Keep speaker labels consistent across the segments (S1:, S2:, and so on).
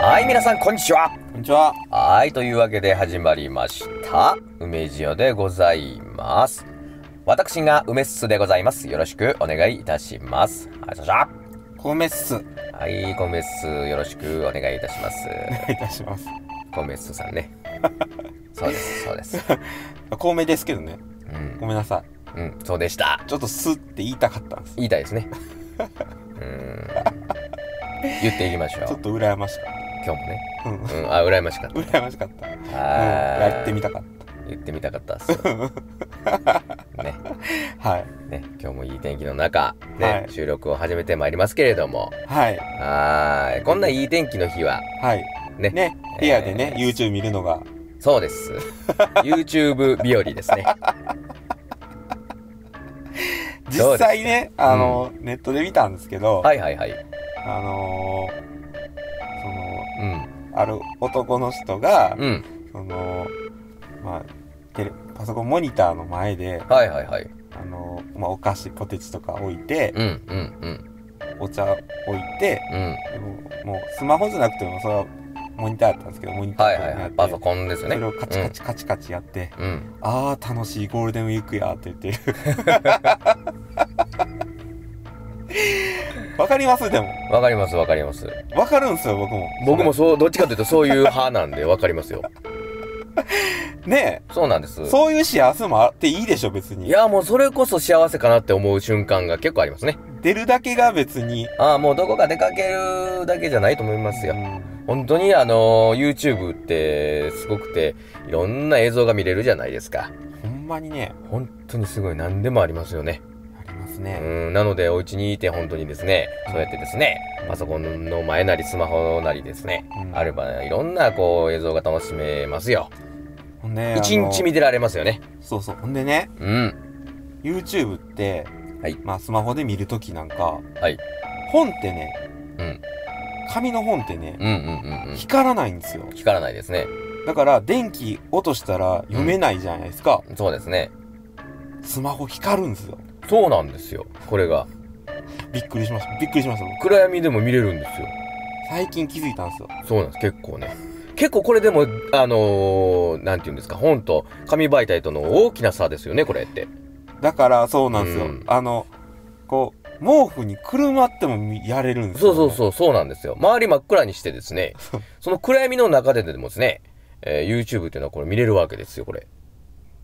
S1: はい、皆さん、こんにちは。
S2: こんにちは。
S1: はい、というわけで始まりました。梅塩でございます。私が梅っすでございます。よろしくお願いいたします。はい、そしゃ。
S2: コメッス。お
S1: はい、コメっす、よろしくお願いいたします。
S2: 願いいたします。
S1: コメっすさんね。そうです、そうです。
S2: コメですけどね。
S1: うん
S2: ご、めんなさ
S1: うん、そうでした。
S2: い。ちょっとスって言いたかったんです。
S1: 言いたいですね。うーん。言っていきましょ
S2: ちょっ
S1: う。
S2: と羨ましかっ
S1: 今日もね。
S2: た。うん。
S1: うん、あ、羨ましかった。
S2: 羨ましかった。うん。
S1: あー
S2: やってみたかっ
S1: 言ってみたかったっす。ね。
S2: た。はい。
S1: ね、今日もいい天気の中、ね
S2: はい
S1: 収録を始めてまいりますけれども
S2: はい。
S1: はーいこんないい天気の日は
S2: はい。
S1: ね
S2: ね。部屋でね、YouTube 見るのが。
S1: そうです YouTube 日和ですね
S2: 実際ね、あの、ネットで見たんですけど、
S1: はいはいはい
S2: あのーその、
S1: うん
S2: ある男の人が、
S1: うん
S2: その、まあ、テレパソコンモニターの前で、
S1: はいはいはい
S2: あのーまあ、お菓子、ポテチとか置いて、
S1: うんうんうん
S2: お茶置いて、
S1: うん
S2: でももうスマホじゃなくてもそれはモニターだったんですけどモニター
S1: はい
S2: とか
S1: はい
S2: にな
S1: は
S2: っ
S1: い
S2: て
S1: パソコンですよね
S2: それをカチカチカチカチやって、
S1: うん、うん
S2: ああ楽しいゴールデンウィークやって言ってる わかりますでも
S1: わかりますわかります
S2: わかるんですよ僕も
S1: 僕もそうどっちかというとそういう派なんでわかり ますよ
S2: ね
S1: そうなんです
S2: えそういう幸せもあっていいでしょ別に
S1: いやもうそれこそ幸せかなって思う瞬間が結構ありますね
S2: 出るだけが別に
S1: ああもうどこか出かけるだけじゃないと思いますよ
S2: うん
S1: 本当にあの YouTube ってすごくていろんな映像が見れるじゃないですか
S2: ほんまにね
S1: 本当にすごい何でもありますよね
S2: あります
S1: う
S2: ね、
S1: んなのでお家にいて本当にですねそうやってですねパソコンの前なりスマホなりですね
S2: うん
S1: あればいろんなこう映像が楽しめますよ
S2: ほんで
S1: 一日見
S2: あ
S1: てられますよね
S2: のそうそうほんでね
S1: うん
S2: YouTube って、
S1: はい
S2: まあスマホで見るときなんか、
S1: はい
S2: 本ってね、
S1: うん
S2: 紙の本ってね
S1: う、んうんうんうん
S2: 光らないんですよ。
S1: 光らないですね
S2: だから電気落としたら読めないじゃないですか。
S1: そうですね
S2: スマホ光るんですよ。
S1: そうなんですよこれが
S2: びっくりしました。びっくりしました。僕
S1: 暗闇でも見れるんですよ
S2: 最近気づいたんですよ。
S1: そうなんです結構ね結構これでもあのー、なんていうんですか本と紙媒体との大きな差ですよねこれって
S2: だからそうなんですよ。
S1: うん
S2: あの、こう、毛布にくるまってもみやれるんですよ、
S1: そうそうそうそうなんですよ周り真っ暗にしてですねその暗闇の中ででもですね、えー YouTube っていうのはこれ見れるわけですよこれ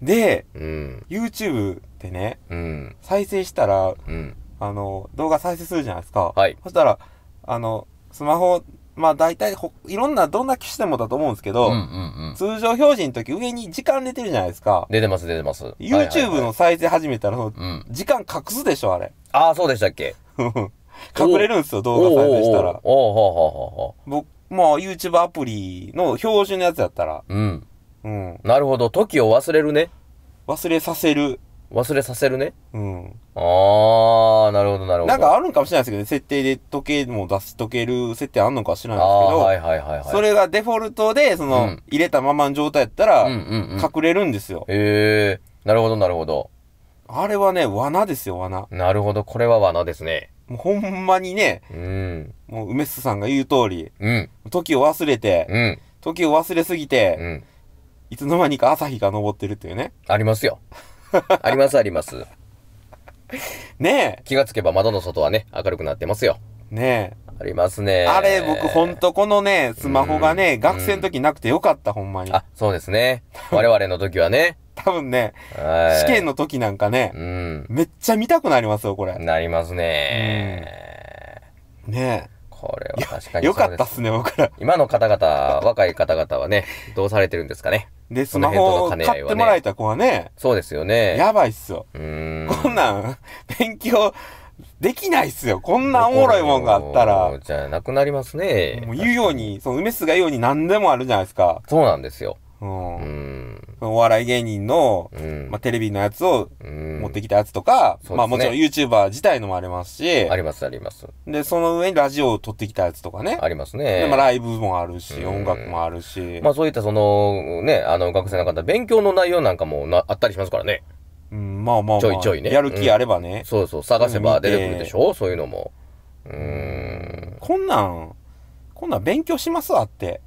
S2: う。で、
S1: うん
S2: YouTube ってね、
S1: うん
S2: 再生したら、
S1: うん
S2: あの、動画再生するじゃないですか。
S1: はい
S2: そしたら、あの、スマホ、まあ大体ほ、いろんな、どんな機種でもだと思うんですけど、
S1: ん
S2: 通常表示の時上に時間出てるじゃないですか。
S1: 出てます出てますはいはいはい
S2: YouTube の再生始めたら、その
S1: うん
S2: 時間隠すでしょ、あ れ。
S1: ああそうでしたっけ
S2: 隠れるんですよ、動画再生したら。
S1: おおおお
S2: 僕、まあ YouTube アプリの標準のやつやったら、
S1: ううん
S2: うん。
S1: なるほど時を忘れるね
S2: 忘れさせる。
S1: 忘れさせるね
S2: うん。
S1: ああなるほどなるほど
S2: なんかあるんかもしれないですけどね、設定で時計も出しとける設定あんのか知らないです
S1: あ
S2: け
S1: あ
S2: ど、
S1: はいはいはいはい
S2: それがデフォルトで、そうの
S1: ん、
S2: 入れたままの状態やったら、
S1: うんうんうん
S2: 隠れるんですよ。
S1: へえなるほどなるほど
S2: あれはね、罠ですよ、罠。
S1: なるほどこれは罠ですね
S2: もうほんまにね、
S1: うん
S2: もう梅津さんが言う通り、
S1: うん
S2: 時を忘れて、
S1: うん
S2: 時を忘れすぎて、
S1: うん
S2: いつの間にか朝日が昇ってるっていうね。
S1: あり ますよありますあります
S2: ね
S1: 気がつけば窓の外はね明るくなってますよ
S2: え、ね
S1: あります
S2: え。
S1: ね
S2: あれ、僕ほんとこのね、スマホが
S1: う
S2: ね、
S1: ん
S2: 学生の時なくてよかった、ほんまに。
S1: あそうですね我々の時はね
S2: 多分ね、
S1: はい
S2: 試験の時なんかね、
S1: うん
S2: めっちゃ見たくなりますよ、これ。
S1: なりますね
S2: ね
S1: これは確か
S2: え。
S1: に
S2: よか
S1: そうで
S2: ったっ
S1: す
S2: すね、僕ら。
S1: 今の方々若い方々はねどうされてるんですかね
S2: で、ス
S1: この
S2: マ
S1: 辺と
S2: ホ
S1: の
S2: を
S1: 兼ね合い
S2: 買っ
S1: はね
S2: てもらえた子はね、
S1: そうですよね
S2: やばいっすよ。
S1: うーん
S2: こんなん、勉強できないっすよ。こんなおもろいもんがあったら、も
S1: じゃなくなりますね。
S2: う言うように、その梅津が言うように何でもあるじゃないですか。
S1: そうなんですよ。
S2: う。
S1: うんん。
S2: そのお笑い芸人の、
S1: うん。
S2: まあ、テレビのやつを
S1: うん
S2: 持ってきたやつとか、
S1: そうですね
S2: まあもちろん YouTuber 自体のもありますし
S1: あ、りますあります。
S2: で、その上にラジオを撮ってきたやつとかね。
S1: あります
S2: で、
S1: ね。
S2: まあライブもあるし、
S1: うん
S2: 音楽もあるし、
S1: まあそういったその、ね、あの、学生の方、勉強の内容なんかもなあったりしますからね。
S2: うん、まあまあまあ、
S1: ちょいちょいね
S2: やる気あればね。
S1: そうそう、探せば出てくるでしょそういうのも。うーん。
S2: こんなん、こんなん勉強しますわって。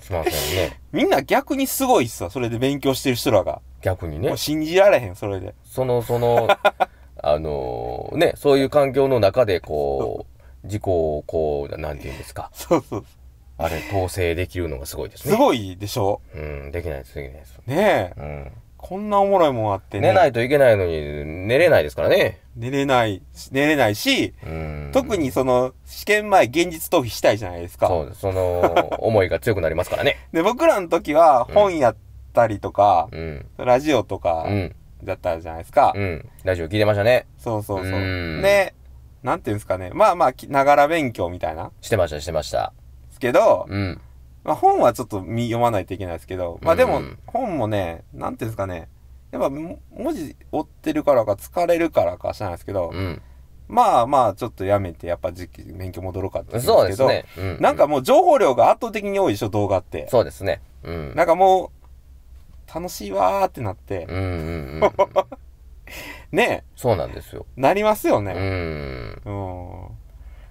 S1: しません ね。
S2: みんな逆にすごいっすわ、それで勉強してる人らが。
S1: 逆に
S2: も
S1: ね
S2: う。信じられへん、それで。
S1: その、そ の、あのーね、そういう環境の中で、こう、自己を、こう、なんていうんですか。
S2: そうそう。
S1: あれ、統制できるのがすごいですね。
S2: すごいでしょ
S1: うん、できないです、できないです。
S2: ねえ。
S1: うん。
S2: こんなおもろいもんあってね。
S1: 寝ないといけないのに、寝れないですからね。
S2: 寝れない、寝れないし、
S1: うん。
S2: 特にその、試験前現実逃避したいじゃないですか。
S1: そうです。そ の、思いが強くなりますからね。
S2: で、僕らの時は本やったりとか、
S1: うん。
S2: ラジオと
S1: う
S2: か
S1: ん。
S2: だったじゃないですか。
S1: うん。ラジオ聞いてましたね。
S2: そうそうそう。
S1: うん
S2: で、なんていうんですかね。まあまあ、きながら勉強みたいな。
S1: してました、してました。
S2: ですけど、
S1: うん。
S2: まあ本はちょっと見読まないといけないですけど、まあで
S1: う
S2: も
S1: ん、
S2: 本もね、なんていうんですかね。やっぱも、文字追ってるからか疲れるからか知らないですけど、
S1: うん。
S2: まあまあ、ちょっとやめて、やっぱ時期、勉強戻ろうかって言って
S1: そう
S2: ま
S1: ですす
S2: けど、
S1: ね。うん。
S2: なんかもう情報量が圧倒的に多いでしょ、動画って。
S1: そうですね。うん。
S2: なんかもう、楽しいわーってなって、
S1: うんうんうん。
S2: ね
S1: そうなんです よ。
S2: なりますよ
S1: う
S2: ね。
S1: ん。
S2: うん。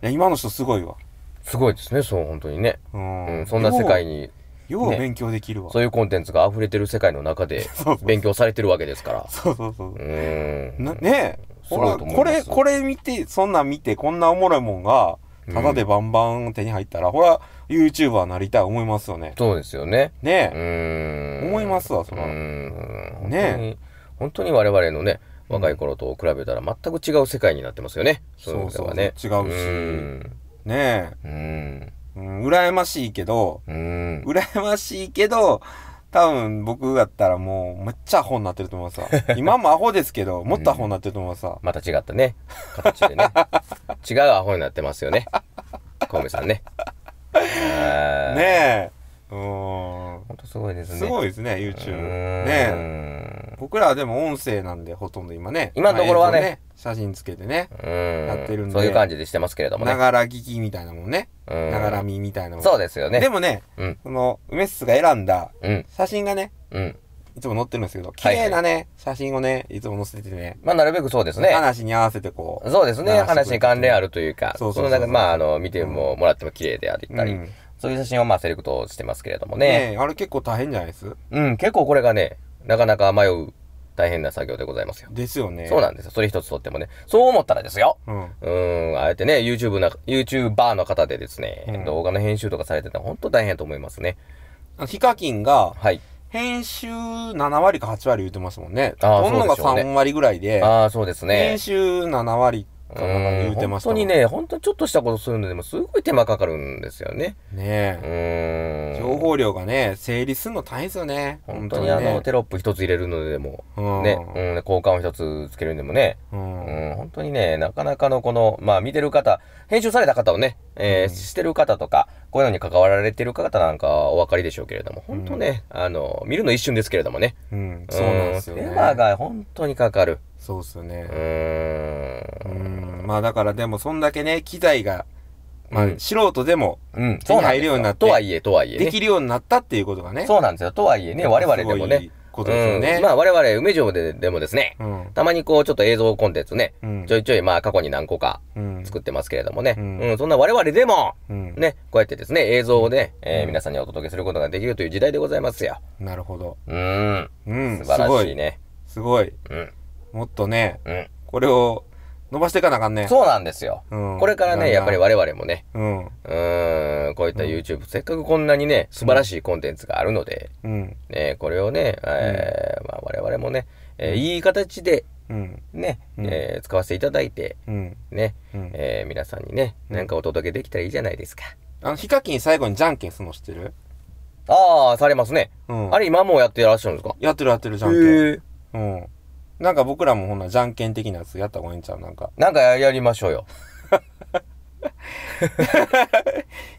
S2: いや、今の人すごいわ。
S1: すごいですね、そう、本当にね。
S2: う。
S1: うんん。そんな世界に、
S2: よう。よう
S1: ね
S2: 勉強できるわ。
S1: そういうコンテンツが溢れてる世界の中 で
S2: そうそう
S1: 勉強されてるわけですから。
S2: そうそうそうう。
S1: ーん。
S2: なねえ。
S1: す
S2: ほ
S1: ご
S2: ら、
S1: いと思い
S2: こ
S1: ま
S2: れ、
S1: す
S2: これ見て、そんなん見て、こんなおもろいもんが、ただでバンバン手に入ったら、ほら、YouTuber なりたい思いますよね。
S1: そうですよね。う
S2: ね
S1: ーん。
S2: 思いますわそら
S1: うーん。
S2: ね
S1: ね本当に我々のね、若い頃と比べたら全く違う世界になってますよね。
S2: そう
S1: い意味ではね
S2: そうそう違うし
S1: うん
S2: え。ねえ。
S1: うーん。
S2: うん、羨ましいけど、
S1: うーん。
S2: 羨ましいけど、多分僕だったらもうめっちゃアホになってると思いますわ。 今もアホですけど、もっとアホになってると思いますわ。
S1: また違ったね。形でね。違うアホになってますよね。小梅さんね。ね
S2: ねえ。うーん。
S1: ほんとすごいですね。
S2: すご
S1: い。
S2: いですね、YouTube。ねえ。
S1: ね
S2: 僕らはでも音声なんでほとんど今ね。
S1: 今のところはね
S2: まあ映像写真つけてね。
S1: うん。
S2: やってるんで
S1: そういう感じでしてますけれどもね
S2: な。がら聞きみたいなもんね。
S1: うん
S2: ながら見みたいなもん。
S1: そうですよね。
S2: でもね、
S1: うん。
S2: その、梅スが選んだ
S1: うん。
S2: 写真がね、
S1: うん。
S2: いつも載ってるんですけど、綺
S1: はいはい
S2: 麗なね、写真をね、いつも載せててね、
S1: まあ、なるべくそうですね。
S2: 話に合わせてこう。
S1: そうですね。
S2: 流してくれて
S1: 話に関連あるというか、
S2: そうそうそう
S1: の中で、まあ、あの、見ても、もらっても綺麗でありたり、
S2: うん
S1: そういう写真をまあ、セレクトしてますけれどもね。
S2: ねえ、あれ結構大変じゃないです
S1: うん、結構これがね、なかなか迷う大変な作業でございますよ。
S2: ですよね。
S1: そうなんですよ。それ一つとってもね。そう思ったらですよ。
S2: うん。
S1: うーん、あえてね、YouTube な、YouTuber の方でですね、
S2: うん
S1: 動画の編集とかされてたら本当大変やと思いますね。
S2: あのヒカキンが、
S1: はい。
S2: 編集7割か8割言ってましたもんね。
S1: あー
S2: ほんの
S1: そう
S2: が
S1: でしょうね
S2: 3割ぐらいで、
S1: ああ、そうですね
S2: 編。集7割かなんか
S1: う
S2: 言
S1: ん
S2: ってま
S1: 本
S2: した
S1: 当
S2: もん
S1: に。ね、本当にちょっとしたことするのでもすごい手間かかるんですよね。
S2: ね
S1: う
S2: え。
S1: ーん。
S2: 情報量がね、整理するの大変ですよね。
S1: 本当にあの、
S2: ね
S1: テロップ一つ入れるのでも、
S2: うん
S1: ね、うん、交換を一つつけるんでもね、
S2: う。
S1: うんん、本当にね、なかなかのこの、まあ見てる方、編集された方をね、えーしてる方とか、こういうのに関わられてる方なんかはお分かりでしょうけれども、本当ね、あの、見るの一瞬ですけれどもね。
S2: うん。そうなんですよね。
S1: うん手間が本当にかかる。
S2: そうっすよね
S1: う。ー。
S2: うんん。まあだからでも、そんだけね、機材が、まあ
S1: うん
S2: 素人でも
S1: うん、
S2: 手に入るようになって
S1: とはいえ、とはいえ、ね。
S2: できるようになったっていうことがね。
S1: そうなんですよ。とはいえね、我々でも
S2: すご
S1: ね
S2: い。ことですよね。
S1: うんまあ我々、梅城ででもですね、
S2: うん。
S1: たまにこう、ちょっと映像コンテンツね、
S2: うん
S1: ちょいちょい、まあ過去に何個か
S2: うん。
S1: 作ってますけれどもね、う、
S2: うんん
S1: そんな我々でも、
S2: うん。
S1: ね、こうやってですね、映像をね、えー
S2: うん
S1: 皆さんにお届けすることができるという時代でございますよ。
S2: なるほど。
S1: うーん。
S2: うん。
S1: 素晴らしいね。
S2: すごい。す
S1: うん。
S2: ごい。もっとね、
S1: うん。
S2: これを伸ばしていかなあかんね。
S1: そうなんですよ。
S2: うん
S1: これから
S2: だんだ
S1: ね、
S2: ん
S1: やっぱり我々もね、
S2: う。う
S1: う
S2: ん。
S1: ーん、こういった YouTube、せっかくこんなにね、素晴らしいコンテンツがあるので、
S2: うん。
S1: ね、これをね、えーまあ、我々もね、えーいい形で
S2: うん。
S1: ね、
S2: うん
S1: えー使わせていただいて、
S2: うん。
S1: ね、
S2: うん
S1: えー皆さんにね、なんかお届けできたらいいじゃないですか。
S2: あの、ヒカキン最後にじゃんけんするの知ってる
S1: ああ、されますね。
S2: うん。
S1: あれ今もうやってらっしゃるんですか
S2: やってるやってるじゃんけん。
S1: え
S2: うん。なんか僕らもほんなじゃんけん的なやつやった方がいいんちゃうなんか。
S1: なんかやりましょうよ。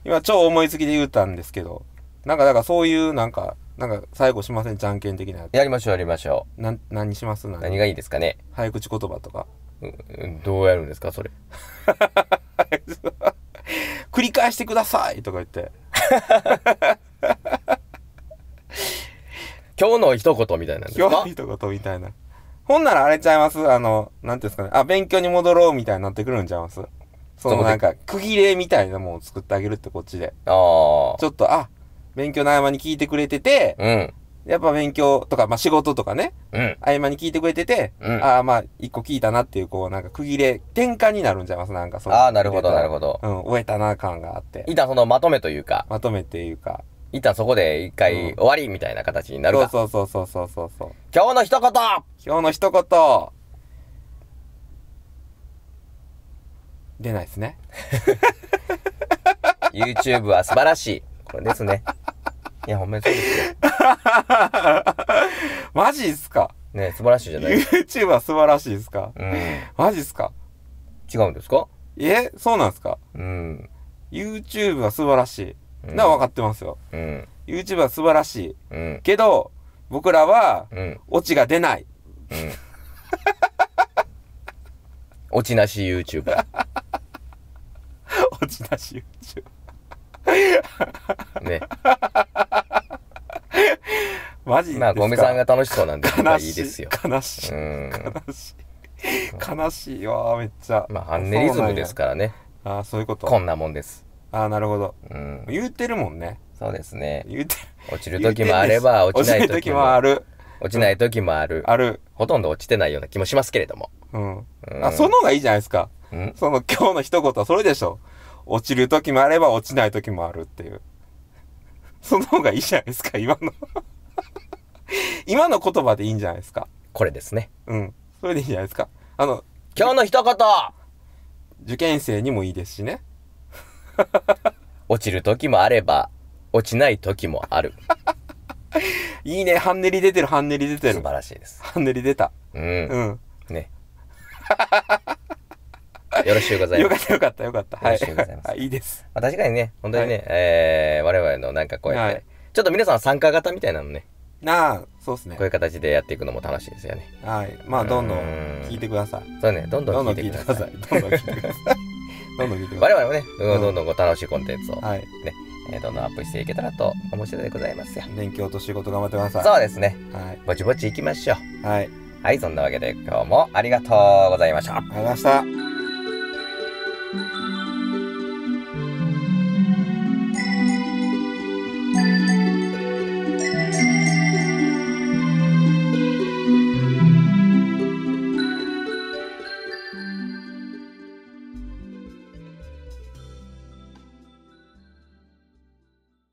S2: 今超思いつきで言うたんですけど。なんかだからそういうなんか、なんか最後しませんじゃんけん的なやつ。
S1: やりましょう、やりましょ
S2: なん、何します
S1: う。
S2: 何
S1: 何がいいですかね。
S2: 早口言葉とか。
S1: ううんどうやるんですか、それ。
S2: 繰り返してくださいとか言って。
S1: 今日の一言みたいなんです
S2: 今日
S1: か
S2: の一言みたいな。ほんならあれちゃいますあの、なんていうんですかね。あ、勉強に戻ろうみたいになってくるんちゃいますそのなんか、区切れみたいなもんを作ってあげるってこっちで。
S1: ああ。
S2: ちょっと、あ、勉強の合間に聞いてくれてて、
S1: うん。
S2: やっぱ勉強とか、まあ仕事とかね、
S1: うん。
S2: 合間に聞いてくれてて、
S1: うん
S2: ああ、まあ、一個聞いたなっていう、こう、なんか区切れ、転換になるんちゃいますなんかその
S1: ああ、なるほど、なるほど。
S2: うん、終えたな感があって。
S1: 一旦そのまとめというか、
S2: まとめていうか。
S1: 一旦そこで一
S2: う
S1: 回
S2: ん
S1: 終わりみたいな形になる
S2: そう
S1: か。
S2: そうそうそうそうそうそう。
S1: 今日の一言
S2: 今日の一言。出ないですね。
S1: !YouTube は素晴らしい。これですね。いや、ほんまにそうですよ。
S2: マジっすか
S1: ね素晴らしいじゃない
S2: ?YouTube は素晴らしいっすか
S1: うん。
S2: マジっすか
S1: 違うんですか
S2: えそうなんですか
S1: うん。
S2: ?YouTube は素晴らしい。
S1: うん
S2: な、分かってますよ。
S1: うん。
S2: YouTube は素晴らしい。
S1: うん。
S2: けど、僕らは、
S1: うん。
S2: オチが出ない。
S1: うん。落ちなし YouTuber。
S2: オチなし YouTube。
S1: ね。
S2: マジですか
S1: まあ、ゴメさんが楽しそうなんで、僕
S2: 悲
S1: はい
S2: しい。
S1: いですよ。
S2: 悲しい。
S1: うん。
S2: 悲しい。悲しいわ、めっちゃ。
S1: まあ、ハンネリズムですからね。
S2: ああ、そういうこと。
S1: こんなもんです。
S2: ああ、なるほど。
S1: うん。
S2: 言うてるもんね。
S1: そうですね。
S2: 言うて
S1: 落ちる時もあれば、落ちない
S2: 落ち
S1: 時
S2: る時
S1: も
S2: もある。
S1: 落ちない時もある。
S2: ある。
S1: ほとんど落ちてないような気もしますけれども。
S2: うん。
S1: うん
S2: あ、その方がいいじゃないですか。
S1: うん
S2: その今日の一言はそれでしょ。落ちる時もあれば落ちない時もあるっていう。その方がいいじゃないですか、今の。 今の言葉でいいんじゃないですか。
S1: これですね。
S2: うん。それでいいんじゃないですか。あの、
S1: 今日の一言
S2: 受験生にもいいですしね。
S1: 落ちる時もあれば、落ちない時もある。
S2: いいね、ハンネリ出てる、ハンネリ出て
S1: 素晴
S2: る。
S1: らしいです。
S2: ハンネリ出た。
S1: うん
S2: う。ん。
S1: ね。よろしゅうござい
S2: よ
S1: ま
S2: か
S1: す。
S2: った、よかった、よかった。
S1: よ
S2: は
S1: ろ
S2: い
S1: しゅうございます。
S2: あいいです。
S1: まあ、確かにね、本当にね、
S2: は
S1: えー、我々のなんかこうやって、
S2: はい
S1: ちょっと皆さん参加型みたいなのね、
S2: なあ、そうっすね
S1: こう。いう形でやっていくのも楽しいですよね。
S2: はい。まあ、どんどん
S1: うん
S2: 聞いてください。
S1: そうね、どんど
S2: ど
S1: ん
S2: んど
S1: 聞
S2: ん
S1: い
S2: 聞
S1: て
S2: い
S1: くだ
S2: てくだ
S1: さ
S2: さ
S1: い。
S2: い。どんどん聞いてくだ さい。どんどん聞いてくだ
S1: 我
S2: さい。
S1: 々もね、
S2: うん
S1: どんどんこう楽しいコンテンツを、
S2: はい。
S1: えーどんどんアップしていけたらと面白いでございますよ。
S2: 勉強と仕事頑張ってください。
S1: そうですね、
S2: はい。
S1: ぼちぼち行きましょう。
S2: はい。あり
S1: はい、そんなわけで今日もありがとうございました。
S2: がとうございました。